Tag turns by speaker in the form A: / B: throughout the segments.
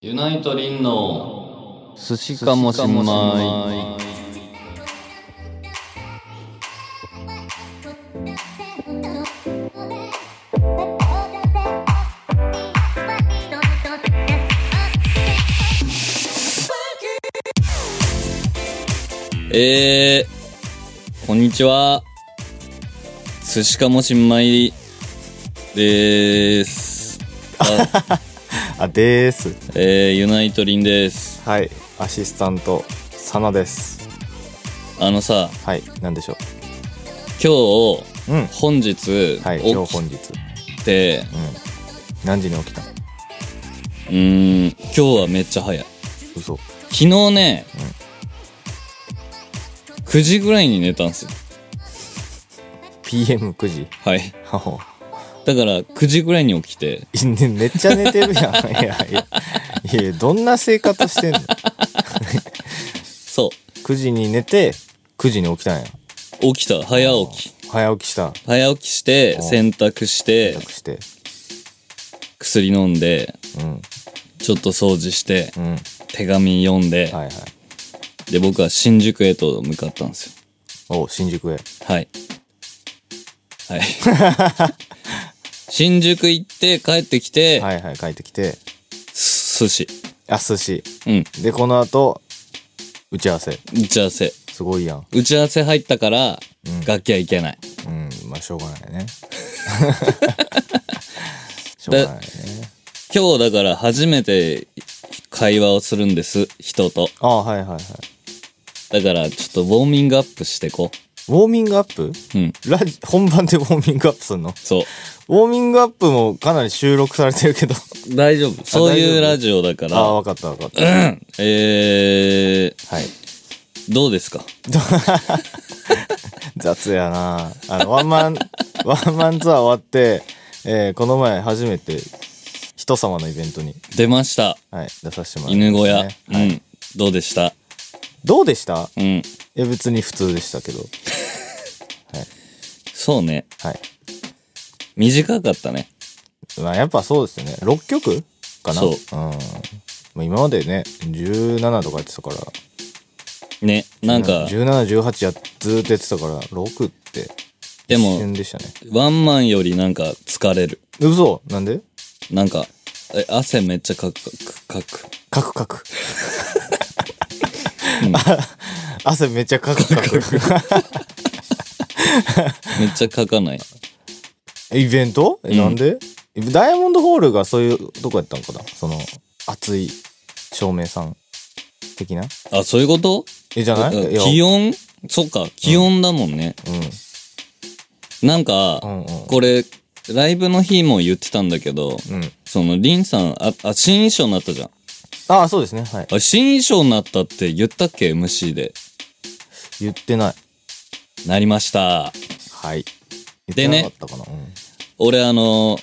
A: ユナイトリンの寿司かもしんないえー、こんにちは。寿司かもしんないでーす。あ
B: あでーす
A: えー、ユナイトリンです。
B: はいアシスタントサナです
A: あのさ、
B: はいなんでしょ
A: 今日、
B: ううん
A: 本日、
B: はい今日
A: 起
B: 本
A: き
B: 日
A: て、
B: 何時に起きた
A: うーん、今日はめっちゃ早い。
B: 嘘
A: 昨日ね、9時ぐらいに寝たんですよ。
B: PM9 時
A: はい。
B: あお
A: だから、9時ぐらいに起きて、
B: いねめっちゃ寝て るやんいやいやいやいやどんな生活してんの
A: そ
B: 9時に寝て9時に起きたんや
A: う、起きた、早起き。
B: 早起きした
A: 早起きして、
B: お
A: 洗濯して
B: 早、くして
A: 薬飲んで、
B: うん
A: ちょっと掃除して、
B: うんはい
A: 手紙読んで、
B: はい
A: で、僕は新宿へと向かったんですよ。
B: お新宿へ
A: はい。はい。 新宿行って帰ってきて、
B: はいはい帰ってきて
A: す寿司。
B: あ寿司
A: うん。
B: でこの後打ち合わせ
A: 打ち合わせ。
B: すごいやん
A: 打ち合わせ入ったから、
B: うん
A: 楽器はいけない。
B: うんまあしょうがない ねしょう
A: だ
B: がないね
A: 今日だから初めて会話をするんです、人と。
B: ああはいはいは
A: だ
B: い
A: からちょっとウォーミングアップしてこ
B: ウォーミングアップ
A: う。うん。
B: ラジ本番でウォーミングアップすんの
A: そう。
B: ウォーミングアップもかなり収録されて るけど
A: 大丈夫。そういう
B: 大丈夫
A: ラジオだか
B: ああ
A: ら、
B: わかったわかったは
A: えー、
B: い
A: どうですか
B: 雑やなあのワン マンワンマンツアー終わって、えーこの前初めて人様のイベントに、
A: 出ました。
B: はい、出させてもらいま
A: 犬小
B: した、
A: 屋。
B: ね、
A: うん。どうでした
B: どうでした
A: うん。
B: いや別に普通でしたけど
A: そうね。
B: はい
A: 短かったね。
B: まあ、やっぱそうですよね。6曲かな
A: そう
B: うん。まあ、今までね、17とかやってたから。
A: ね。なんか、
B: 17、18やっずーっとやってたから、6って。
A: でも
B: 一瞬でしたね。
A: ワンマンよりなんか疲れる。
B: 嘘なんで
A: なんか、え汗めっちゃかくかく、かく。
B: カクカク。
A: うん
B: 汗めっちゃカ クカク。
A: めっちゃかか ない。
B: イベントえ、
A: うん
B: なんでダイヤモンドホールがそういうとこやったんかなその、熱い照明さん的な
A: あ、そういうこと
B: え、じゃない
A: うん
B: いや
A: 気温そっか、気温だもんね。なんか、
B: うん。うんうん。
A: これ、ライブの日も言ってたんだけど、
B: うん。
A: その、リンさん、あ、あ新衣装になったじゃん。
B: ああ、そうですね。はい。
A: あ、新衣装になったって言ったっけ ?MC で。
B: 言ってない。
A: なりました。
B: はい。
A: でね
B: 言ってなかったかな。うん
A: 俺、あの、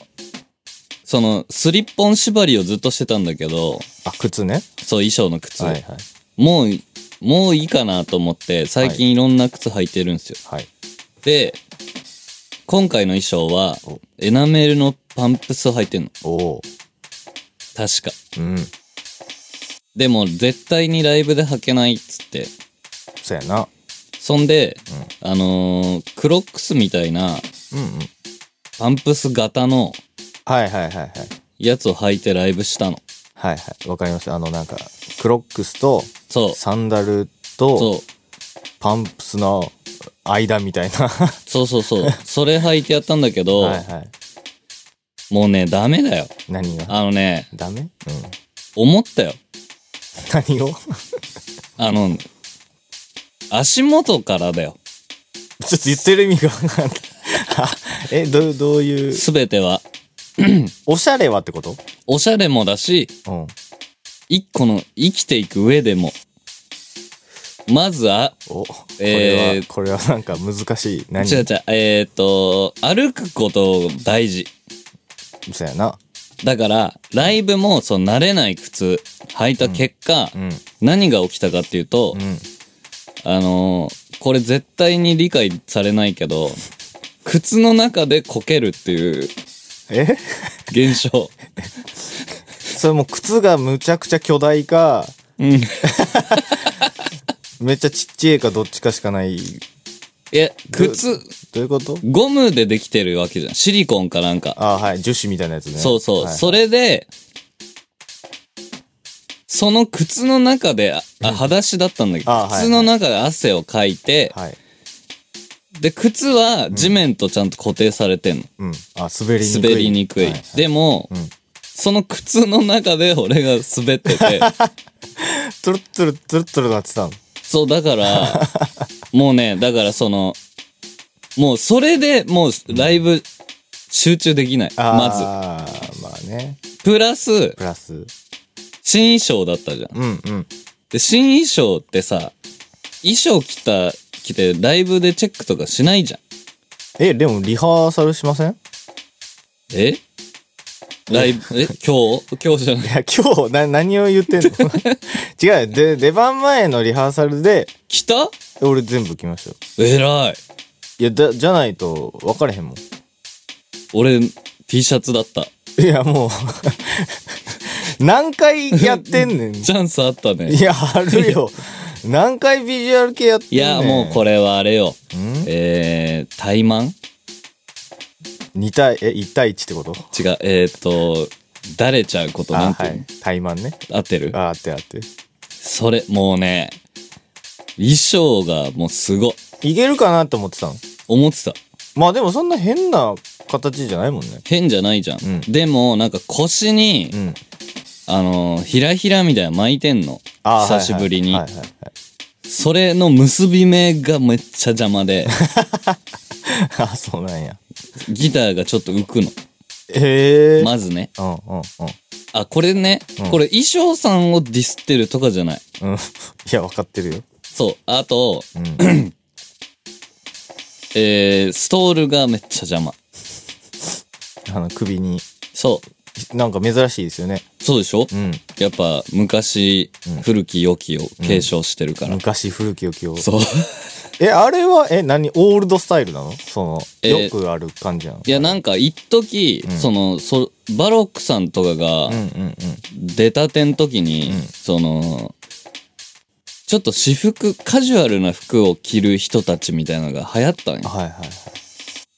A: その、スリッポン縛りをずっとしてたんだけど、
B: あ、靴ね。
A: そう、衣装の靴。
B: はいはい。
A: もう、もういいかなと思って、最近いろんな靴履いてるんですよ。
B: はい。
A: で、今回の衣装は
B: お、
A: エナメルのパンプスを履いてんの。
B: おお
A: 確か。
B: ー。うん。
A: でも、絶対にライブで履けないっつって。
B: そやな。
A: そんで、あのークロックスみたいな、
B: うんうん。
A: パンプス型の
B: はいはいはいはい。
A: やつを履いてライブしたの。
B: はいはい。わかりました。あの、なんか、クロックスと、
A: そう。
B: サンダルと、
A: そう。
B: パンプスの間みたいな。は
A: そうそう そう。それ履いてやったんだけど、
B: いはい。
A: もうね、ダメだよ。
B: 何が
A: あのね、
B: ダメうん。
A: 思ったよ。
B: 何を
A: あの、足元からだよ。
B: ちょっと言ってる意味が分かんない。え、どう、どういう、
A: すべては。
B: おしゃれはってこと
A: おしゃれもだし、
B: うん。
A: 一個の生きていく上でも。まずは、
B: お、こ
A: え
B: れ
A: ー
B: は、これはなんか難しい。何
A: 違う違う、えーっと、歩くこと大事。
B: そやな。
A: だから、ライブも、そう、慣れない靴履いた結果、
B: うん。
A: 何が起きたかっていうと
B: う、ん。
A: あのーこれ絶対に理解されないけど、靴の中でこけるっていう
B: え
A: 現象。
B: それも靴がむちゃくちゃ巨大か、
A: うん。
B: めっちゃちっちゃいかどっちかしかない。
A: え、靴、
B: どういうこと
A: ゴムでできてるわけじゃん。シリコンかなんか。
B: あはい。樹脂みたいなやつね。
A: そうそう。
B: はい
A: それで、その靴の中で、ああ、裸足だったんだけど、
B: あはいはい
A: 靴の中で汗をかいて、
B: はい。
A: で、靴は地面とちゃんと固定されてんの。
B: うん。あ、滑りにくい。
A: 滑りにくい。
B: は
A: でも、
B: うん
A: その靴の中で俺が滑って て、
B: トゥルットゥルットゥルットゥルなってたの。
A: そう、だ から、もうね、だからその、もうそれでもうライブ集中できない。ま
B: あーまあね。
A: ず。プラス、
B: プラス。
A: 新衣装だったじゃん。
B: うんうん。
A: で、新衣装ってさ、衣装着た、着てライブでチェックとかしないじゃん。
B: え、でもリハーサルしませんい
A: えライブ、え今日今日じゃ ない。
B: や、今日、な、何を言ってんの違うよ。で、出番前のリハーサルで、
A: 着た
B: 俺全部来ましたよ。
A: 偉い。
B: いや、だ、じゃないと分かれへんもん。
A: 俺、T シャツだった。
B: いや、もう、 何回やってんねん。
A: チャンスあったね。
B: いや、あるよ。何回ビジュアル系やってん
A: い
B: ねん。
A: や、もうこれはあれよ。
B: ん
A: えー、怠慢
B: 2対、え、1対1ってこと
A: 違う、えっ、ー、と、だれちゃうことな
B: あ、
A: んて
B: は
A: いうの、
B: い。怠慢ね。
A: 合ってる
B: あーってあって。
A: それ、もうね、衣装がもうすごい。
B: いけるかなって思ってたの。
A: 思ってた。
B: まあでもそんな変な形じゃないもんね。
A: 変じゃないじゃん。
B: うん
A: でも、なんか腰に、
B: うん。
A: あのー、ひらひらみたいなの巻いてんの。
B: あー
A: 久しぶりに、
B: はいはいはいはい
A: それの結び目がめっちゃ邪魔で、
B: あー、そうなんや。
A: ギターがちょっと浮くの。
B: へえ。
A: まずね。
B: うんうん
A: あ、これね、
B: うん
A: これ衣装さんをディスってるとかじゃない。
B: うん。うん。いや、分かってるよ。
A: そう。あと、
B: うん。
A: えー、ストールがめっちゃ邪魔。
B: あの、首に、
A: そう。
B: なんか珍しいですよね。
A: そうでしょ
B: うん。
A: やっぱ昔、古き良きを継承してるから。
B: 昔古き良きを。
A: そう。
B: え、あれは、え、何オールドスタイルなのその、
A: えー
B: よくある感じなの
A: いや、なんか一時、その、そ、バロックさんとかが
B: うんうんうん。
A: 出たての時に、その、ちょっと私服、カジュアルな服を着る人たちみたいなのが流行ったんよ。
B: はいはいはい。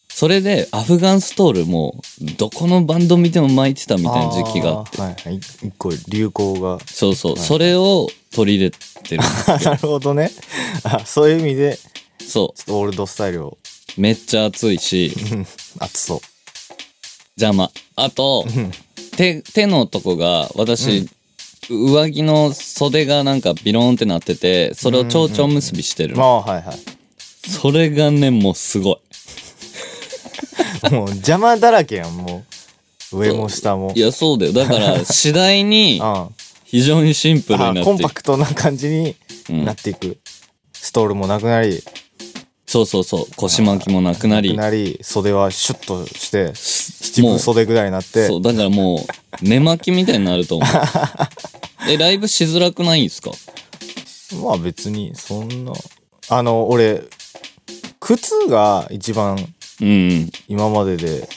A: それで、アフガンストールも、どこのバンド見ても巻いてたみたいな時期があって。
B: あーはいはい。一個流行が。
A: そうそう。
B: はい
A: それを取り入れ てる。
B: なるほどね。あそういう意味で、
A: そ
B: ちょっとオールドスタイルを、
A: う。めっちゃ熱いし、
B: うん熱そう。
A: 邪魔。あと、
B: ん
A: 手、手のとこが、私、上着の袖がなんかビローンってなってて、それを蝶々結びしてるの。
B: まあ、はいはい。
A: それがね、もうすご
B: もう邪魔だらけやん、もう。上も下も。
A: い。いや、そうだよ。だ から、次第に
B: うん。、あ
A: 非常にシンプルにな
B: コ
A: っ
B: ン
A: てい
B: パ
A: く。
B: クトな感じに
A: うん
B: なっていく。ストールもなくなり、
A: そうそうそう。腰巻きもなくな
B: な
A: り
B: く。なり、袖はシュッとして、七
A: もう
B: 分袖ぐらいになって
A: そ、う、だからもう、寝巻きみたいになると思う。 え、ライブしづらくないんすか
B: まあ別に、そんな。あの、俺、靴が一番
A: うん。
B: 今までで、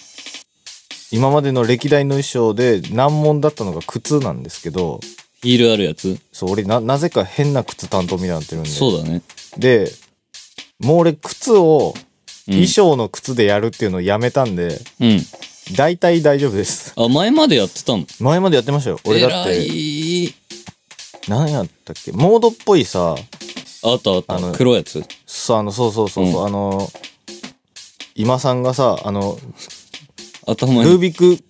B: 今までの歴代の衣装で難問だったのが靴なんですけど、
A: ヒールあるやつ
B: そう、俺な、なぜか変な靴担当みたいになってるんで。
A: そうだね。
B: で、もう俺靴を
A: うん
B: 衣装の靴でやるっていうのをやめたんで、
A: うん。
B: 大体大丈夫です。
A: あ、前までやってたの
B: 前までやってましたよ。俺だっ
A: 偉
B: て、
A: い。
B: 何やったっけモードっぽいさ、
A: あったあっ
B: あの
A: た。黒いやつ。
B: そう、あの、そうそうそうそう、あの、今さんがさ、あの、
A: 頭
B: ルー
A: に。
B: ビック、ルービ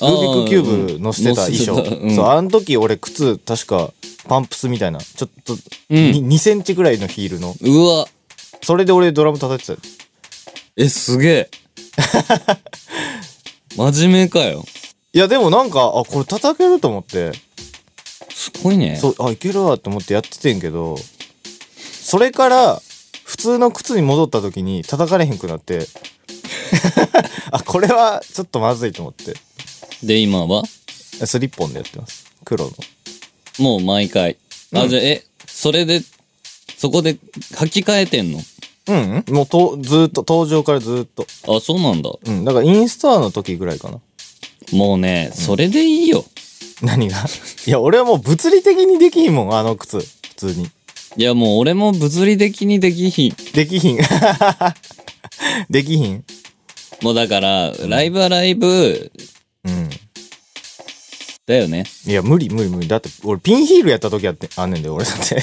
A: あー
B: ックキューブ乗せてた
A: うん
B: 衣装。
A: 乗せてたうん
B: そう、あの時俺靴、確か、パンプスみたいな、ちょっと、
A: うん
B: に2センチぐらいのヒールの。
A: うわ。
B: それで俺ドラム叩いてた。
A: え、すげ え。真面目かよ。
B: いや、でもなんか、あ、これ叩けると思って、
A: すごいね。
B: そう、あ、いけるわって思ってやっててんけど、それから、普通の靴に戻った時に叩かれへんくなって、あ、これはちょっとまずいと思って、
A: で、今は
B: スリッポンでやってます。黒の。
A: もう毎回。
B: う
A: あ、
B: ん
A: じゃあ、え、それで、そこで履き替えてんの
B: うん、うん、もうと、ずーっと、登場からずーっと。
A: あ、そうなんだ。
B: うん、だからインスタの時ぐらいかな。
A: もうね、それでいいよ。
B: 何が いや、俺はもう物理的にできひんもん、あの靴。普通に。
A: いや、もう俺も物理的にできひん。
B: できひん。 できひん。
A: もうだから、ライブはライブ
B: うん。
A: だよね。
B: いや、無理無理無理。だって、俺ピンヒールやった時やって、あんねんで、俺だって。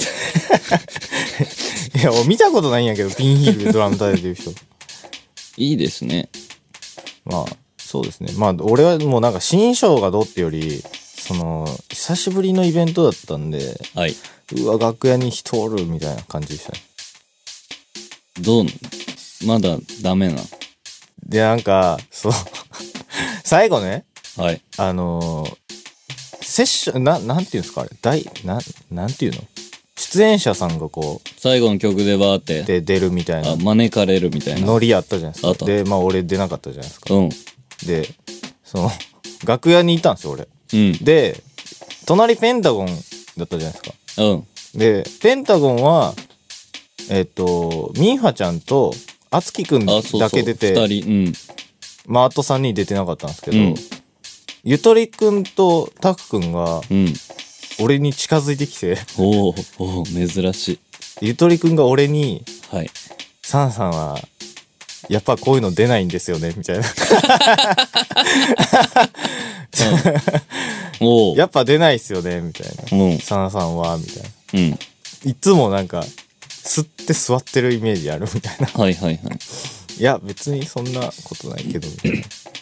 B: いや、俺見たことないんやけど、ピンヒールでドラム叩いてる人。
A: いいですね。
B: まあ、そうですね。まあ、俺はもうなんか新衣装がどうってより、その、久しぶりのイベントだったんで、
A: はい。
B: うわ、楽屋に人おるみたいな感じでしたね。
A: どうまだダメな。
B: で、なんか、そう、 最後ね、
A: はい。
B: あのーセッション、な、なんていうんですか、あれ、第、な、なんていうの出演者さんがこ
A: 最後の曲でバーっ
B: う、
A: て、
B: で、出るみたい
A: あ
B: な、
A: 招かれるみたいな。
B: ノリあったじゃない
A: あ
B: で
A: った
B: すか。で、まあ、俺出なかったじゃないですか。
A: うん。
B: で、その、楽屋にいたんですよ、俺。
A: うん。
B: で、隣ペンタゴンだったじゃないですか。
A: うん。
B: で、ペンタゴンは、えっ、と、ミンハちゃんと、あつきくん
A: あ、そうそう。
B: だけ出て、
A: 二人。
B: まあ、あと3人出てなかったんですけど、
A: うん
B: ゆとりくんとたくくんが
A: うん。うん。
B: 俺に近づいてきて、
A: おおおー珍し
B: ゆとりくんが俺に、
A: い。はい。
B: サンさんは、やっぱこういうの出ないんですよね、みたいな。
A: おお
B: やっぱ出ないっすよね、みたいな。
A: うん。
B: サンさんは、みたいな。
A: うん。
B: いつもなんか、吸って座ってるイメージあるみたいな。
A: はいはいはい
B: や、別にそんなことないけど、みたい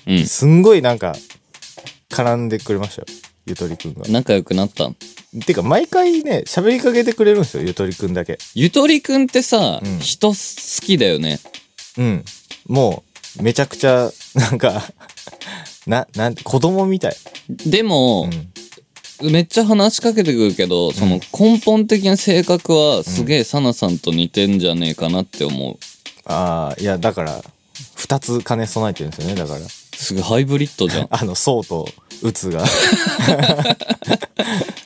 B: な。
A: い。
B: すんごいなんか、絡んでくれましたよ。ゆとりくんが
A: うん。。仲良くなった
B: てか、毎回ね、喋りかけてくれるんですよ、ゆとりくんだけ。
A: ゆとりくんってさ、
B: うん
A: 人好きだよね。
B: うん。もう、めちゃくちゃ、なんか、 な、なんて、子供みたい。
A: で
B: う
A: も、
B: ん。
A: めっちゃ話しかけてくるけど、その根本的な性格はすげえサナさんと似てんじゃねえかなって思う。
B: ああ、いや、だから、二つ兼ね備えてるんですよね、だから。。
A: すごいハイブリッドじゃん
B: あの、そうと、うつが、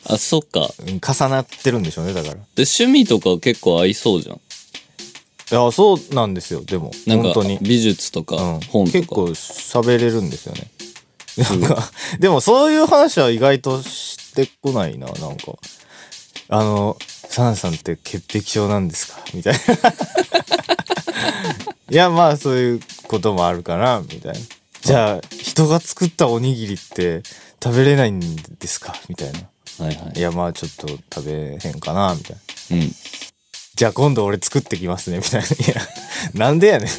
A: あ、そっか。
B: うん重なってるんでしょうね、だから。
A: で、趣味とか結構合いそうじゃん。
B: いや、そうなんですよ、でも。
A: なん
B: 本
A: か
B: 当に。、
A: 美術とか、
B: うん。
A: 本とか。
B: 結構喋れるんですよね。なんか、 でもそういう話は意外としてこないな、なんか。あの、サナさんって潔癖症なんですかみ たいな。いや、まあそういうこともあるかな、みたいな。じゃあ、人が作ったおにぎりって食べれないんですかみたいな。
A: はいはい
B: や、まあちょっと食べへんかな、みたいな。
A: い。うん。
B: じゃあ今度俺作ってきますね、みたいな。いや、なんでやねん。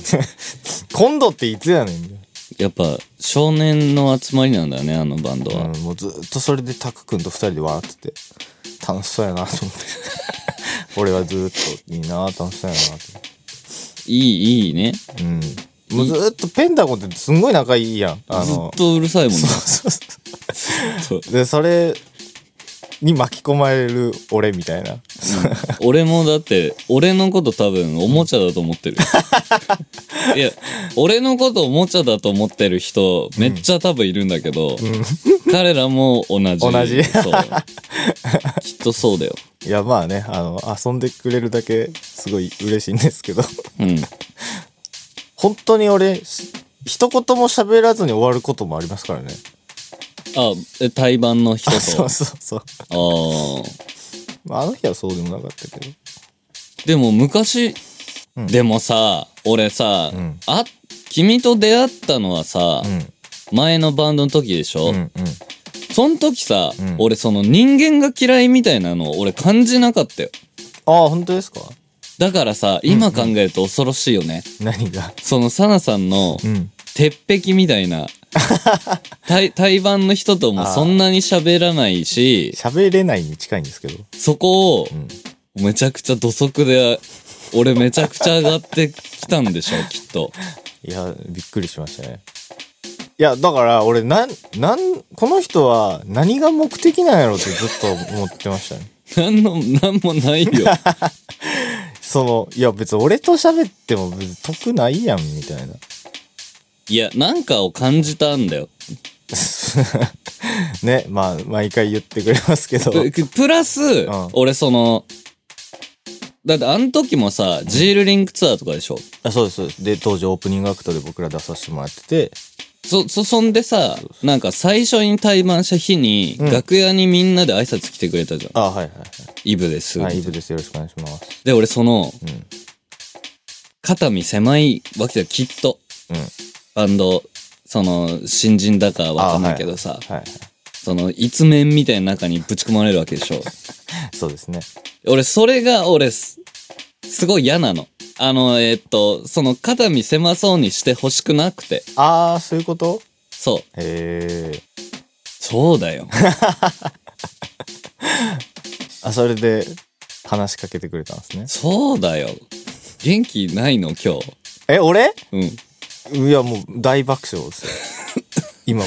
B: 今度っていつやねん、みたいな。
A: やっぱ、少年の集まりなんだよね、あのバンドは。
B: うん、もうずっとそれでタク君と二人で笑ってて楽しそうやなと思って 俺はずっといいな楽しそうやなと
A: いい、いいね。
B: 思ってうんもうずっとペンダゴンってすんごい仲いいやんあ
A: ずっ
B: の
A: とうるさいもんね。
B: そうそう
A: そう
B: でそれに巻き込まれる俺みたいな
A: 俺もだって、俺のこと多分おもちゃだと思 ってる。いや、俺のことおもちゃだと思ってる人、めっちゃ多分いるんだけど、彼らも同じ。
B: 同じ
A: そう。きっとそうだよ。
B: いやまあねあの遊んでくれるだけすごい嬉しいんですけど
A: うん。
B: 本当に俺し一言も喋らずに終わることもありますからね
A: あ、え対バンの人
B: あ
A: と。
B: そうそうそう
A: あー
B: まああの日はそうでもなかったけど
A: でも昔、
B: うん
A: でもさ、俺さ、
B: うん
A: あ、君と出会ったのはさ、
B: う
A: 前のバンドの時でしょ、
B: んうんうん
A: その時さ、
B: うん
A: 俺その人間が嫌いみたいなのを俺感じなかったよ。
B: ああ、本当ですか
A: だからさ、今考えると恐ろしいよね。
B: 何が
A: そのサナさんの
B: うん。
A: 鉄壁みたい な、対、対バンの人とも
B: あー
A: そんなに喋らないし、
B: 喋れないに近いんですけど。
A: そこを
B: ん
A: めちゃくちゃ土足で、俺めちゃくちゃ上がってきたんでしょ、きっと。
B: いや、びっくりしましたね。いや、だから俺、なん、なん、この人は何が目的なんやろってずっと思ってましたね。
A: なんの、なんもないよ。
B: その、いや別に俺と喋っても別に得ないやん、みたいな。
A: いや、なんかを感じたんだよ。
B: ね、まあ、毎回言ってくれますけど。
A: ププラス、
B: ん
A: 俺その、だってあの時もさ、ジールリンクツアーとかでしょ
B: あそうです、そうです。で、当時オープニングアクトで僕ら出させてもらってて、
A: そ、そ、そんでさ、なんか最初に対バンした日に、楽屋にみんなで挨拶来てくれたじゃん。
B: あ、はいはい
A: イブです。
B: はい。はい、イブです。よろしくお願いします。
A: で、俺その、
B: ん
A: 肩身狭いわけだよ、きっと。
B: うん。
A: バンド、その、新人だかわかんないけどさ、
B: はいはい。
A: その、一面みたいな中にぶち込まれるわけでしょ。
B: そうですね。
A: 俺、それが、俺す、すごい嫌なの。あの、えーっと、その、肩身狭そうにしてほしくなくて。
B: あー、そういうこと
A: そう。
B: へえ。
A: そうだよ。
B: あ、それで話しかけてくれたん ですね。
A: そうだよ。元気ないの、今日。
B: え、俺
A: うん。
B: いや、もう大爆笑ですよ。今、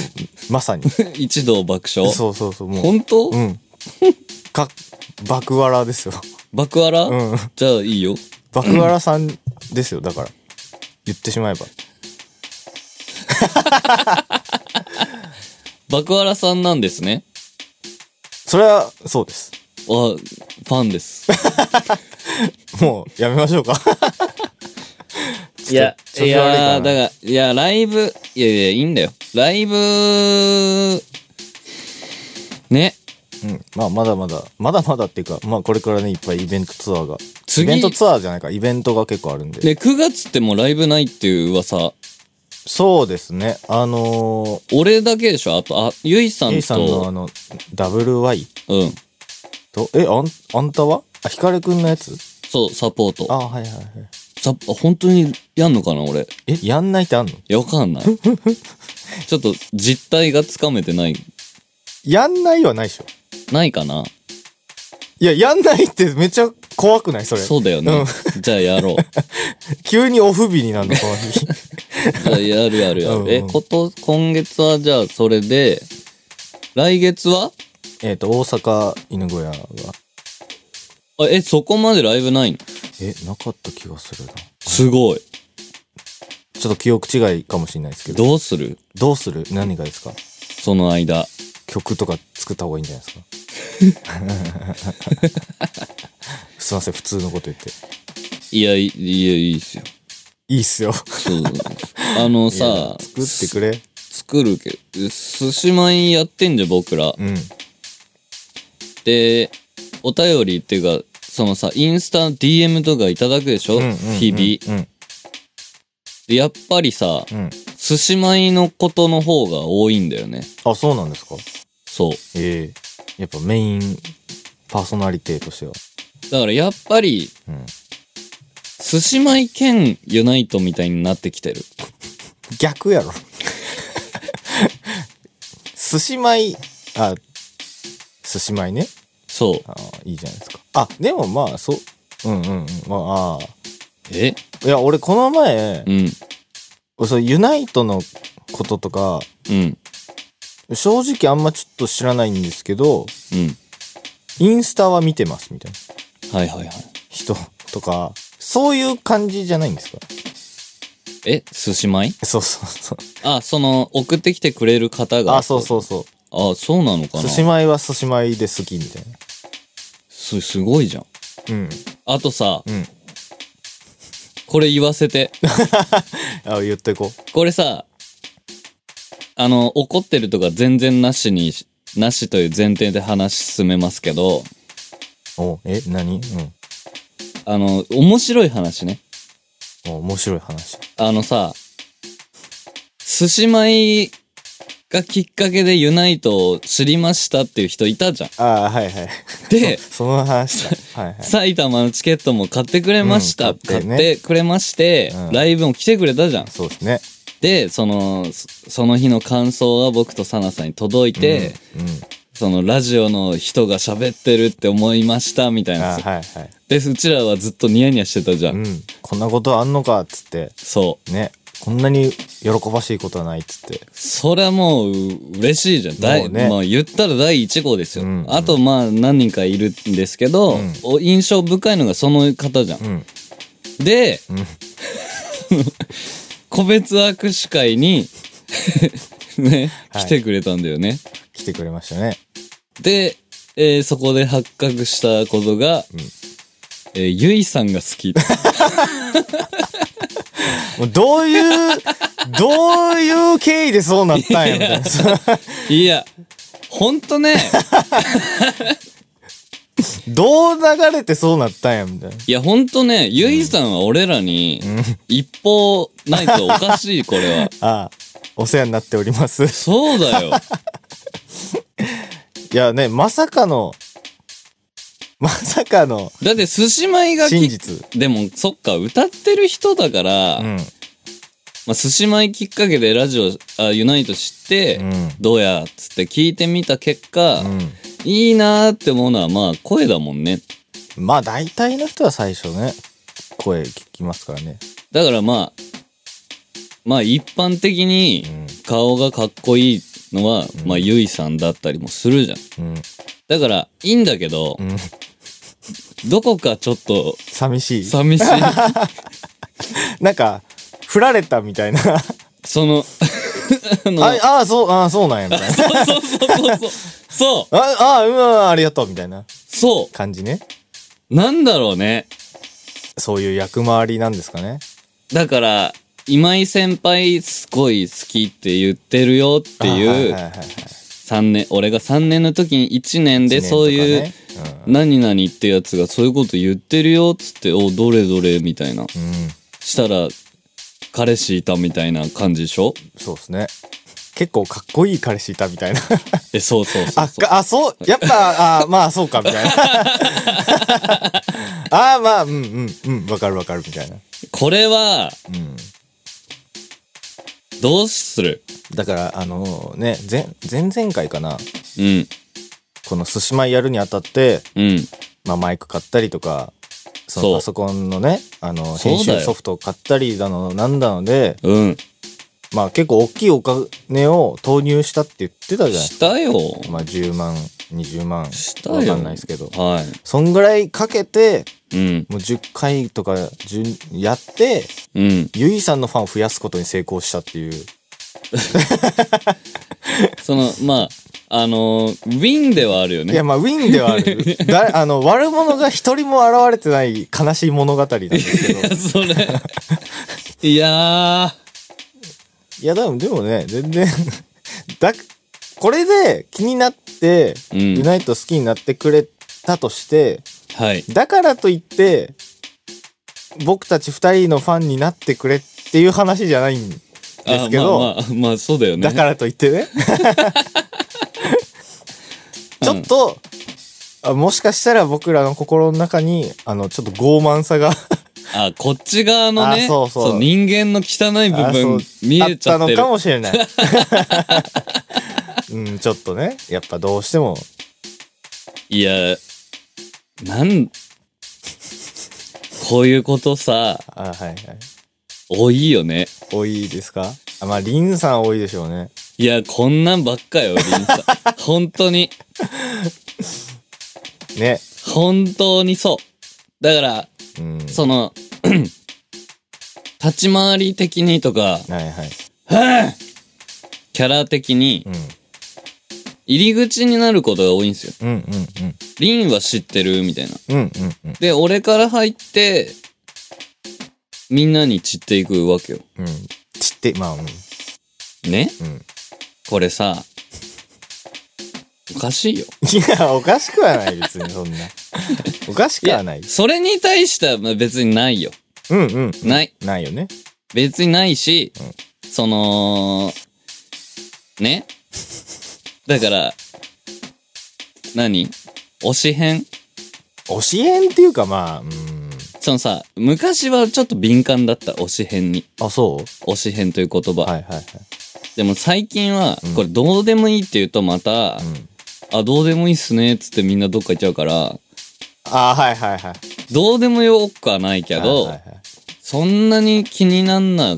B: まさに。
A: 一同爆笑。
B: そうそうそう、もう。
A: 本当、
B: うん。か、爆笑ですよ。
A: 爆笑、
B: うん。
A: じゃあいいよ。
B: 爆笑さんですよ、だから。言ってしまえば。
A: 爆笑さんなんですね。
B: それは、そうです。
A: あ、ファンです。
B: もう、やめましょうか。
A: いや、
B: ちょっと
A: いやー、だか、
B: 調子悪いから
A: いや、ライブ、いやいや、いいんだよ。ライブ、ね、
B: うん。まあ、まだまだ、まだまだっていうか、まあ、これからね、いっぱいイベントツアーが。
A: 次
B: イベントツアーじゃないか、イベントが結構あるんで。
A: で、9月ってもうライブないっていう噂、
B: そうですね。あの
A: 俺だけでしょあと、あ、ゆいさ
B: ー、A
A: ん
B: さんのあ
A: と、
B: の、WY
A: うん、
B: と、え、あん、あんたはあ、ヒカルくんのやつ
A: そう、サポート。
B: あ、はいはいはい。
A: サあ本当にやんのかな俺。い
B: え、やんないってあんの
A: や、わか んない。ちょっと、実態がつかめてない、
B: やんないはないでしょ。
A: ないかない
B: や、やんないってめっちゃ怖くないそれ。
A: そうだよね。じゃあ やろう。
B: 急にオフ日になるの、この 日。
A: じゃあやるやるや
B: うんうん
A: る。え、こと、今月はじゃあそれで、来月は
B: えっと、大阪犬小屋が。
A: あえ、そこまでライブないの
B: え、なかった気がするな。
A: すごい。
B: ちょっと記憶違いかもしれないですけど。
A: どうする
B: どうする何がですか
A: その間。
B: 曲とか作った方がいいんじゃないですか すいません、普通のこと言って。
A: いや、いいいや、いいっすよ。
B: いいっすよ。
A: そうあの
B: いや
A: さ、
B: 作ってくれ。
A: 作るけど、すしまいやってんじゃん、僕ら。
B: うん。
A: で、お便りっていうか、そのさ、インスタ DM とかいただくでしょ、
B: うん
A: 日々。
B: 々。
A: でやっぱりさ、
B: うん。うん。
A: すしまいのことの方が多いんだよね。
B: あ、そうなんですか
A: そう。
B: ええやっぱメインパーソナリティとしては。
A: だからやっぱり、
B: うん。
A: すしまい兼ユナイトみたいになってきてる。
B: 逆やろ。 寿司米、あ、寿司米ね。
A: そう。
B: あいいじゃないですか。あ、でもまあ、そう、うんうんうん。まあ、あー
A: え
B: いや、俺この前
A: う、ん。
B: 俺そうユナイトのこととか、
A: うん。
B: 正直あんまちょっと知らないんですけど、
A: うん。
B: インスタは見てますみたいな
A: はいはいはい。
B: 人とか、そういう感じじゃないんですか
A: えすしまい
B: そうそうそう。
A: あ、その、送ってきてくれる方が。
B: あ、そうそうそう。
A: あ、そうなのか
B: 寿
A: な
B: 司米は寿司米で好きみたいな。
A: す、すごいじゃん。
B: うん。
A: あとさ、
B: うん。
A: これ言わせて。
B: あ、言っていこ
A: これさ、あの、怒ってるとか全然なしに、なしという前提で話進めますけど、
B: う。おえ、何うん。
A: あの、面白い話ね。
B: お面白い話。
A: あのさ、寿司米がきっかけでユナイトを知りましたっていう人いたじ ゃん。
B: ああ、はいはい。
A: で、
B: その話だ。 はいはい。
A: 埼玉のチケットも買ってくれました。
B: うん
A: 買
B: 買っ
A: って
B: ね
A: てくれまして、
B: うん
A: ライブも来てくれたじゃん。
B: そうですね。
A: で、その、そその日の感想が僕とサナさんに届いて、
B: うん。
A: そのラジオの人が喋ってるって思いましたみたい
B: あ
A: な
B: ー。はいはい。
A: で、うちらはずっとニヤニヤしてたじゃん。
B: うん。こんなことあんのか、つって。
A: そ
B: ね。こんなに喜ばしいことはない、つって。
A: う。それはもうう嬉しいじゃん。だい
B: もうね
A: まあ言ったら第1号ですよ。
B: うんうん
A: あとまあ何人かいるんですけど、
B: うん
A: お印象深いのがその方じゃん。
B: うん。
A: で、
B: ん
A: 個別握手会に ね、
B: は
A: 来
B: い
A: てくれたんだよね。
B: 来てくれましたね。
A: で、えーそこで発覚したことが、えーゆいさんが好き。
B: もうどういう、 どういう経緯でそうなったんやみたいな。
A: いや、ほんとね、
B: どう流れてそうなったんやみたいな。
A: いやほんとね、ゆいさんは俺らに一方ないとおかしい、これは。
B: ああ、お世話になっております。
A: そうだよ。
B: いやね、まさかの、まさかの
A: だって、寿司米が
B: 真
A: き、
B: 実。
A: でも、そっか、歌ってる人だから、
B: うん。
A: まあ、寿司米きっかけでラジオ、あ、ユナイト知って、
B: うん
A: どうや、つって聞いてみた結果、
B: うん。
A: いいなーって思うのは、まあ、声だもんね。
B: まあ大体の人は最初ね、声聞きますからね。
A: だからまあ、まあ、一般的に
B: うん、
A: 顔がかっこいいのは、まあ、ゆいさんだったりもするじゃん。
B: うん。
A: だから、いいんだけど、
B: ん
A: どこかちょっと、
B: 寂しい。
A: 寂しい。
B: なんか、振られたみたいな。あ
A: その、あの、
B: ああ、そう、ああ、そうなんや、みたい な。
A: そうそうそうそう。そう
B: ああ、うんうん、ありがとう、みたいな
A: そ
B: 感じね。
A: う。なんだろうね。
B: そういう役回りなんですかね。
A: だから、今井先輩すごい好きって言ってるよって
B: あはい
A: い
B: はいは
A: う、
B: いはい
A: 三年、俺が3年の時に1年で
B: 一年とかね
A: そういう、
B: うん
A: 何々ってやつがそういうこと言ってるよっつって、お、どれどれみたいな。
B: うん、
A: したら、彼氏いたみたいな感じでしょ
B: そうですね。結構かっこいい彼氏いたみたいな。
A: え、そうそうそ
B: あ
A: うそう。
B: かあ、そう、やっぱ、あまあ、そうか、みたいな。 あまあ、うんうんうん、わかるわかる、みたいな。
A: これは、
B: うん。
A: どうする
B: だから、あのね、前、前々回かな、
A: うん、
B: この寿司米やるにあたって、
A: うん、
B: まあ、マイク買ったりとか、そ
A: そう
B: のパソコンのね、あの、
A: そうだ
B: 編
A: よ
B: 集ソフトを買ったりだの、なんだので、
A: うん。
B: まあ、結構大きいお金を投入したって言ってたじゃない
A: したよ。
B: まあ、10万、20万、わ
A: したよ。
B: かんないですけど。
A: は
B: そんぐらいかけて、
A: い。うん、
B: もう10回とか10やって、
A: うん。
B: ゆいさんのファンを増やすことに成功したっていう。
A: その、まあ、あのー、ウィンではあるよ
B: いや、
A: ね。
B: まあ、ウィンではある。 だあの、悪者が一人も現れてない悲しい物語なんですけど。
A: そ れ。いやー、
B: いや、でも、でもね、全然。 だ、これで気になって、
A: うん
B: ユナイト好きになってくれたとして、
A: はい。
B: だからといって、僕たち二人のファンになってくれっていう話じゃないんです
A: あ
B: けど、
A: まあまあ、まあ、そうだよね。
B: だからといってね。ちょっと、あもしかしたら僕らの心の中に、あの、ちょっと傲慢さが
A: あ、こっち側のね、
B: あそうそう
A: 人間の汚い 部
B: あそう
A: 分見
B: あっ
A: えちゃ
B: た
A: っ
B: の
A: てる
B: か。もしれない。 うん、ちょっとね、やっぱどうしても、
A: いや、なん、こういうことさ、
B: あはいはい。
A: 多いよね。
B: 多いですかあまあ、リンさん多いでしょうね。
A: いや、こんなんばっかよ、リン さん。本当に、
B: ね。
A: 本当にそう。だから、
B: うん。
A: その、 立ち回り的にとか、
B: はいはい。
A: キャラ的に
B: う、ん。
A: 入り口になることが多いんですよ。
B: うんうんうん。
A: リンは知ってるみたいな。
B: うんうんうん
A: で、俺から入って、みんなに散っていくわけよ。
B: うん。ちって、まあ、うん。
A: ね
B: うん。
A: これさ、おかしいよ。
B: いや、おかしくはない、別に、そんな。おかしくはない。
A: それに対してはまあ別にないよ。
B: うんうん。
A: ない。
B: ないよね。
A: 別にないし、その、ねだから、何推し編
B: 推し編っていうか、まあ、うん。
A: そのさ、昔はちょっと敏感だった推し編に。
B: あ、そ
A: 推し編という言葉。
B: うはいはいはい。
A: でも最近は
B: うん、
A: これどうでもいいって言うとまた、
B: うん。
A: あ、どうでもいいっすねっつってみんなどっか行っちゃうから、
B: あ、はいはいはい。
A: どうでもよくはないけど、
B: はいはいはい
A: そんなに気になんな、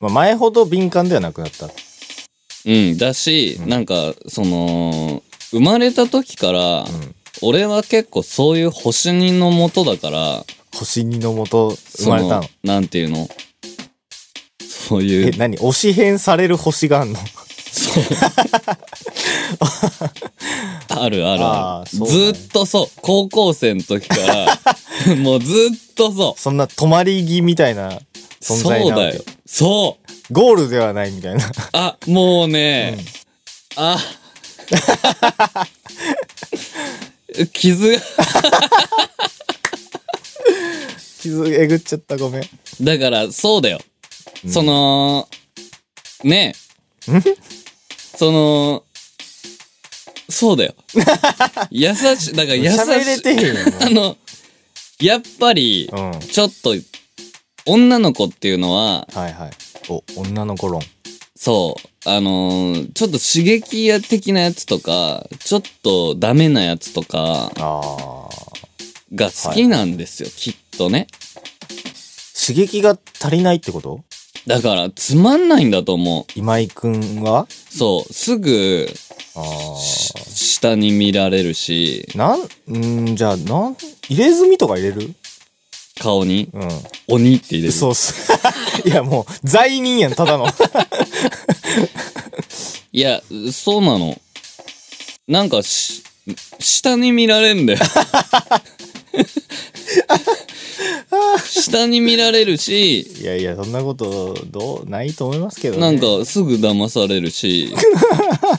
B: まあ、前ほど敏感ではなくなった。
A: うん、だし、なんか、その、生まれた時から、
B: ん
A: 俺は結構そういう星にのもとだから、
B: 星にのもと生
A: そ
B: まれたの。
A: なんていうのそうい
B: え、
A: う、
B: 何推し編される星があんの
A: そう。 あるあるあ
B: あ
A: る。
B: ーそうだね
A: ずっとそう、高校生の時から、 もうずっとそ
B: そんな止まり木みたいな
A: う。
B: 存
A: そう
B: 在なん
A: だ
B: て
A: よ。そう。
B: ゴールではないみ たいな
A: あ、もうね、 あ、傷が、
B: 傷えぐっちゃったごめん
A: だから、そうだよ。その、ね
B: ん
A: その、そう だよ。優しい、だから優しい。
B: 喋れてへんよ
A: あの、やっぱり、
B: もううん
A: ちょっと、女の子っていうのは、
B: はいはいお女の子論
A: そう、あのーちょっと刺激や的なやつとか、ちょっとダメなやつとか
B: あー
A: が好きなんですよ、きっとね。
B: 刺激が足りないってこと
A: だから、つまんないんだと思う。
B: 今井くんは
A: そう、すぐ、
B: あ
A: し
B: ー
A: 下に見られるし、
B: なんんーじゃあなん入れ墨とか入れる
A: 顔に、
B: う
A: 鬼って入れ
B: ん
A: る。
B: そうっす いやもう罪人やんただの
A: いや、そうなの。なんかし、下に見られんだよ。下に見られるし、
B: いやいやそんなことどうないと思いますけど、ね、
A: なんかすぐ騙されるし、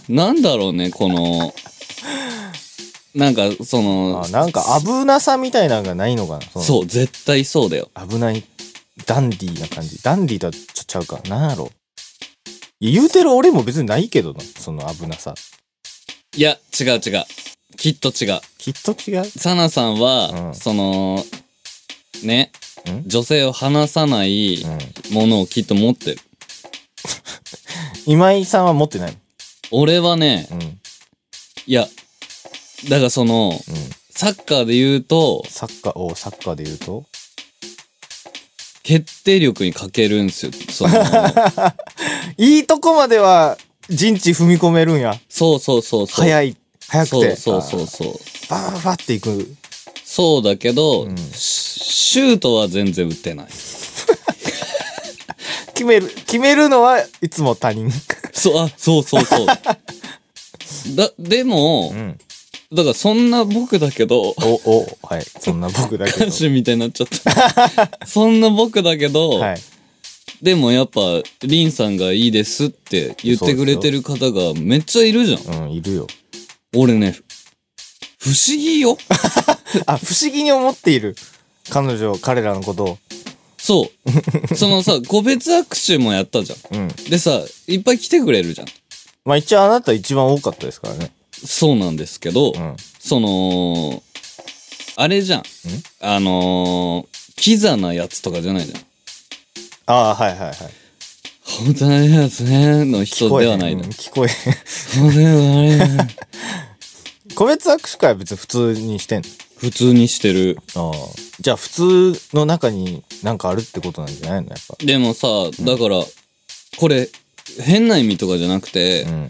A: なんだろうね、この、なんかその
B: あ、なんか危なさみたいなのがないのかなその
A: そう、絶対そうだよ。
B: 危ないダンディーな感じダンディーとはちょっとちゃうかなんやろいや言うてる俺も別にないけどなその危なさ
A: いや、違う違う。きっと違う。
B: きっと違う
A: サナさんは、
B: うん
A: その、ね、
B: ん
A: 女性を離さない
B: うん
A: ものをきっと持ってる。
B: 今井さんは持ってない
A: 俺はね、
B: うんうん
A: いや、だからその、サッカーで言うと、
B: サッカーおサッカーで言うと
A: 決定力に欠けるんすよ。その
B: いいとこまでは陣地踏み込めるんや
A: そうそうそうそう。
B: 早い早くて
A: そうそうそうそう。
B: あーバーバーっていく
A: そうだけど、
B: うん
A: シシュートは全然打てない。
B: 決める決めるのはいつも他人
A: そう、あ、そうそう そう。だ、でも
B: う、ん
A: だからそんな僕だけど、
B: おおはいそんな僕 だけ
A: 歌
B: ど
A: 手みたいになっちゃった。そんな僕だけど、
B: はい
A: でもやっぱ、リンさんがいいですって言ってくれてる方がめっちゃいるじゃん。
B: うんいるよ
A: 俺ね、不思議よ。
B: あ不思議に思っている彼女彼らのことを
A: そう。そのさ、個別握手もやったじゃん。
B: うん
A: でさ、いっぱい来てくれるじゃん。
B: まあ一応あなた一番多かったですからね
A: そうなんですけど、
B: うん
A: その、あれじゃん。あのー、キザなやつとかじゃないじゃん。
B: ああはいはいはい
A: 本当にやつね、の人ではない
B: うん
A: の。
B: 聞こえ へん
A: 本当にあれだ
B: 個別握手会は別に普通にしてんの
A: 普通にしてる。
B: ああじゃあ普通の中になんかあるってことなんじゃないのやっぱ
A: でもさ、だから、これ、変な意味とかじゃなくて、
B: うん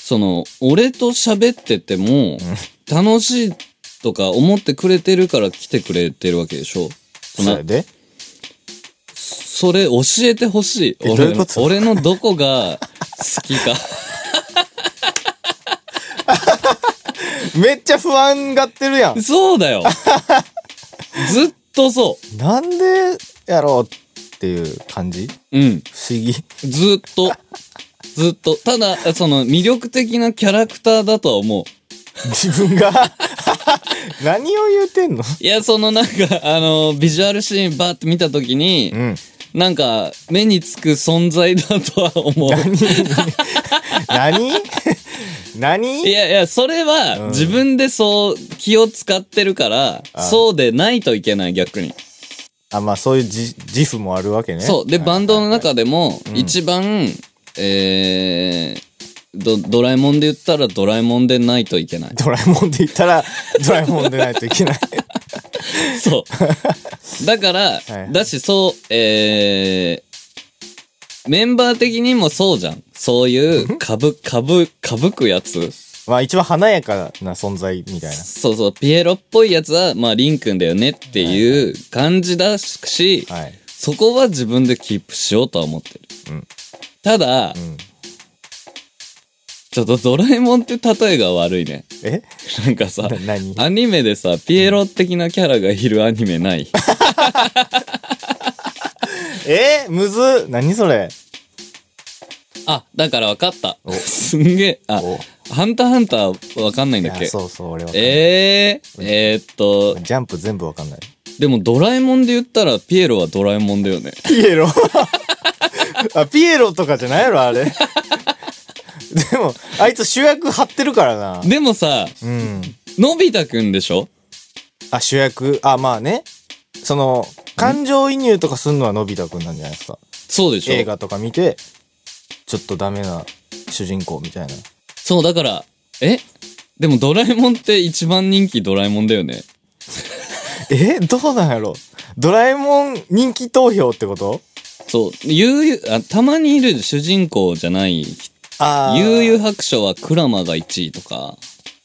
A: その、俺と喋ってても、楽しいとか思ってくれてるから来てくれてるわけでしょそ
B: そ
A: の
B: れで
A: それ教えてほしい。
B: え
A: 俺
B: どういうこと
A: 俺のどこが好き か。
B: めっちゃ不安がってるやん
A: そうだよ。ずっとそ
B: なんでやろうっていう感じ
A: う。うん。
B: 不思議
A: ずっと。ずっと。ただ、その魅力的なキャラクターだとは思う。
B: 自分が 何を言うてんの
A: いや、そのなんか、あの、ビジュアルシーンバーって見たときに、
B: ん
A: なんか、目につく存在だとは思う。
B: 何 何
A: いやいや、それは、自分でそう、気を使ってるから、
B: あ
A: そうでないといけない、逆に。
B: あまあそういう自自負もあるわけね
A: そう。で、
B: はい
A: バンドの中でも、一番、えー、ど、ドラえもんで言ったらドラえもんでないといけ ない。
B: ドラえもんで言ったらドラえもんでないといけない
A: そう。だから、
B: はい
A: だし、そう、えー、メンバー的にもそうじゃん。そう いう、かぶ、かぶ、かぶくやつ。
B: まあ一番華やかな存在みたいな
A: そうそう、ピエロっぽいやつは、まあ、リンくんだよねっていう感じだし、
B: はい
A: そこは自分でキープしようとは思ってる。
B: うん
A: ただ、
B: うん
A: ちょっとドラえもんって例えが悪いね。
B: え
A: なんかさ
B: な、何
A: アニメでさ、ピエロ的なキャラがいるアニメない
B: えむずっ何それ
A: あ、だから分かった。 すんげえ。あ、
B: お
A: ハンターハンター分かんないんだっ
B: い
A: け
B: やそうそう俺は
A: えー、えーっと、
B: ジャンプ全部わかんない
A: でもドラえもんで言ったらピエロはドラえもんだよね。
B: ピエロあピエロとかじゃないやろあれでもあいつ主役張ってるからな
A: でもさ、
B: うん
A: のび太くんでしょ
B: あ主役あまあねその感情移入とかすんのはのび太くんなんじゃないですか
A: そうでしょ
B: 映画とか見てちょっとダメな主人公みたいな
A: そう、だから、えでもドラえもんって一番人気ドラえもんだよね。
B: えどうなんやろドラえもん人気投票ってこと
A: そう、悠々、あ、たまにいる主人公じゃない人
B: ああ
A: 悠々白書はクラマが1位とか、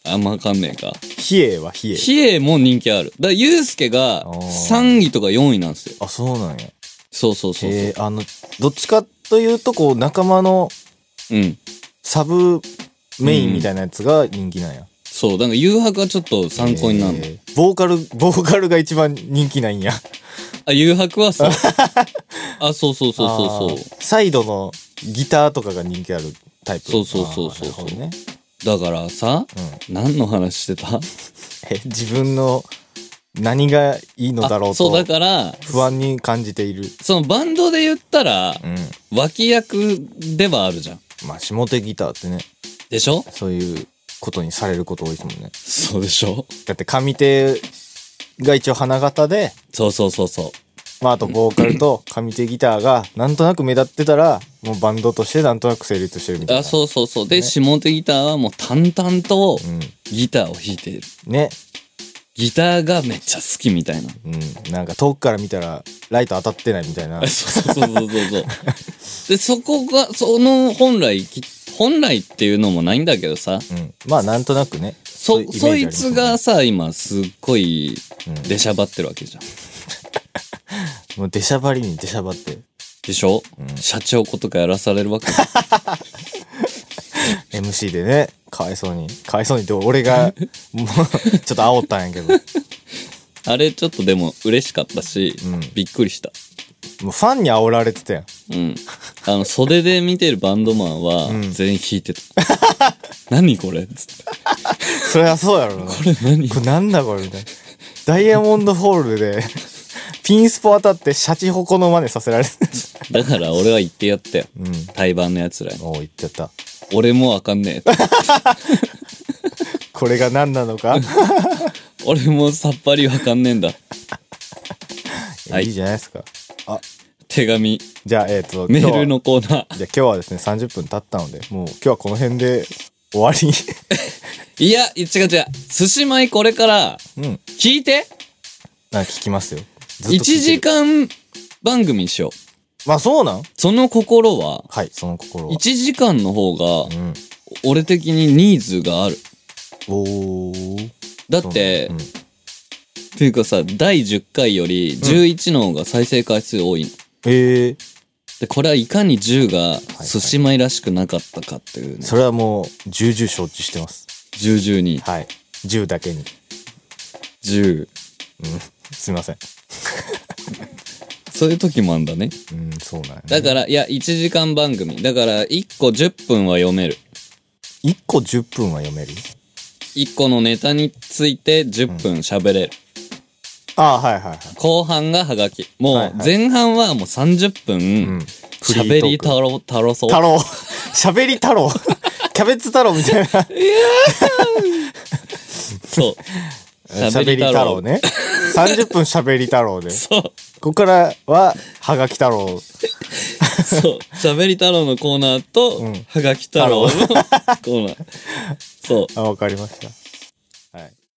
A: あんまわかんねえか。
B: 比叡は比叡
A: 比叡も人気ある。だから、ゆうすけが
B: おー
A: 3位とか4位なんですよ。
B: あそうなんや
A: そうそうそうそう。
B: えーあのどっちかというとこう仲間の
A: うん。
B: サブメインみたいなやつが人気なんや、
A: そう、なんか誘白はちょっと参考になるの。
B: えーボーカルボーカルが一番人気なんや
A: あ、誘白は そう。あ、そうそうそうそうそ
B: あーサイドのギターとかが人気あるタイプ
A: そうそうそうそう
B: あーなるほどね、
A: う。だからさ、
B: うん
A: 何の話してた
B: え自分の何がいいのだろ
A: あ
B: う
A: そう、だ
B: と
A: から、
B: 不安に感じている
A: そのバンドで言ったら、
B: うん
A: 脇役ではあるじゃん。
B: まあ下手ギターってね
A: でしょ
B: そういうことにされること多いですもんね
A: そうでしょ
B: だって上手が一応花形で
A: そうそうそうそう。
B: まあ、あとボーカルと上手ギターがなんとなく目立ってたらもうバンドとしてなんとなく成立してるみたいな
A: あそうそうそう。で、
B: ね
A: 下手ギターはもう淡々と
B: うん
A: ギターを弾いている。
B: ね
A: ギターがめっちゃ好きみたいな。
B: うんなんか遠くから見たらライト当たってないみたいな
A: そうそうそうそうそう。 で、そこが、その本来き、本来っていうのもないんだけどさ、
B: うんまあなんとなくね
A: そ、
B: ううイメージあ
A: そ
B: り
A: い
B: ます
A: つがさ、今すっごい
B: うん
A: 出しゃばってるわけじゃん。
B: もう出しゃばりに出しゃばって
A: でしょ、
B: うん
A: 社長子とかやらされるわけ
B: MC でねかわいそうにかわいそうにって 俺がもうちょっと煽ったんやけども
A: あれちょっとでも嬉しかったし、
B: うん
A: びっくりした。
B: うファンに煽られてたやん
A: うん。あの、袖で見てるバンドマンは
B: ん
A: 全員弾いてた。 何これつって。
B: それはそうやろうなこ
A: これ何
B: れなんだこれみたいなダイヤモンドホールでピンスポ当たってシャチホコの真似させられて
A: だから俺は言ってやったよ。
B: うん
A: 対バンのやつらに。
B: おお言っちゃった
A: 俺もわかんねえ。
B: これが何なのか
A: 俺もさっぱりわかんねえんだ。はい
B: いいじゃないですかあ
A: 手紙、
B: じゃあえっ、と
A: メ
B: 今日
A: ー
B: は
A: ルのコーナー。
B: じゃあ今日はですね30分経ったのでもう今日はこの辺で終わり
A: いや、違う違う。寿司米これから、
B: うん
A: 聞いて
B: なんか聞きますよずっ
A: !1
B: と聞いてる
A: 時間番組にしよう。
B: まあそうなん
A: その心は、
B: はいその心は
A: 1時間の方
B: う
A: が、
B: ん
A: 俺的にニーズがある。
B: おー
A: だって、
B: うん
A: っていうかさ、第10回より11の方が再生回数多いの。
B: えー、
A: で、これはいかに10が寿司米らしくなかったかっていうね。
B: それはもう重々承知してます
A: 10、10に、
B: はい10だけに
A: 10。
B: すいません
A: そういう時もあんだね。
B: うんそうなんやね
A: だから、いや、1時間番組。だから、1個10分は読める。
B: 1個10分は読める
A: 1個のネタについて10分喋れる。
B: ああはいはいはい
A: 後半がハガキ。
B: は
A: も、
B: いうはい
A: 前半はもう30分、
B: フリートーク
A: 喋りたろ、たろそう。
B: 太郎 喋り太郎 キャベツ太郎みたいな
A: そう。
B: 喋り太郎。ね。30分 喋り太郎で。
A: そう。
B: ここからは、はがき太郎。
A: そう。喋り太郎のコーナーと、
B: ん
A: はがき太郎のコーナー。そう。
B: あ、わかりました。